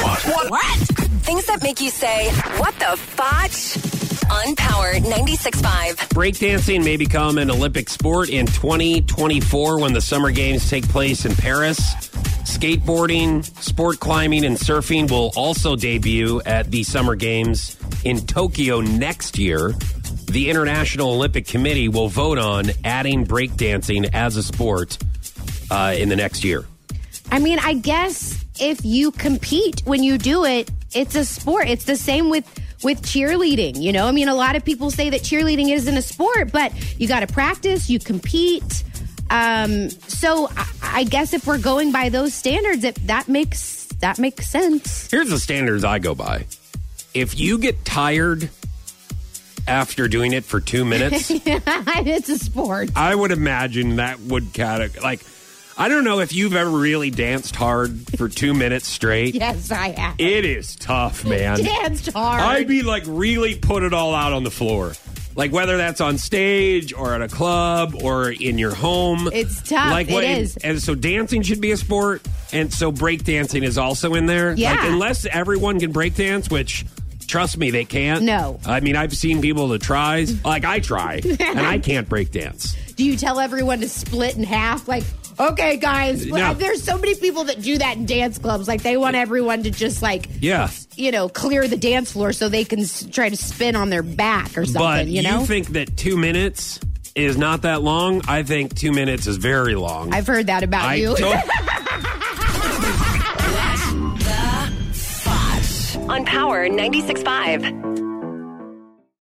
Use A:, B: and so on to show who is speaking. A: What? Things that make you say, what the fotch? On Power 96.5.
B: Breakdancing may become an Olympic sport in 2024 when the Summer Games take place in Paris. Skateboarding, sport climbing, and surfing will also debut at the Summer Games in Tokyo next year. The International Olympic Committee will vote on adding breakdancing as a sport uh, in the next year.
C: I mean, I guess if you compete when you do it, it's a sport. It's the same with with cheerleading, you know? I mean, a lot of people say that cheerleading isn't a sport, but you got to practice, you compete. Um, so I, I guess if we're going by those standards, it, that makes that makes sense.
B: Here's the standards I go by. If you get tired after doing it for two minutes,
C: it's a sport.
B: I would imagine that would kind of like, I don't know if you've ever really danced hard for two minutes straight.
C: Yes, I have.
B: It is tough, man.
C: Danced hard.
B: I'd be like, really put it all out on the floor. Like, whether that's on stage or at a club or in your home.
C: It's tough. It
B: and-
C: is.
B: And, so, dancing should be a sport. And so, breakdancing is also in there.
C: Yeah.
B: Like, unless everyone can breakdance, which. Trust me, they can't.
C: No.
B: I mean, I've seen people that tries. Like, I try, and I can't breakdance.
C: do you tell everyone to split in half like okay guys
B: No.
C: there's so many people that do that in dance clubs like they want everyone to just like
B: Yeah.
C: you know clear the dance floor so they can s- try to spin on their back or something
B: But
C: you know
B: think that two minutes is not that long? I think two minutes is very long.
C: i've heard that about you
B: to-
A: On Power 96.5.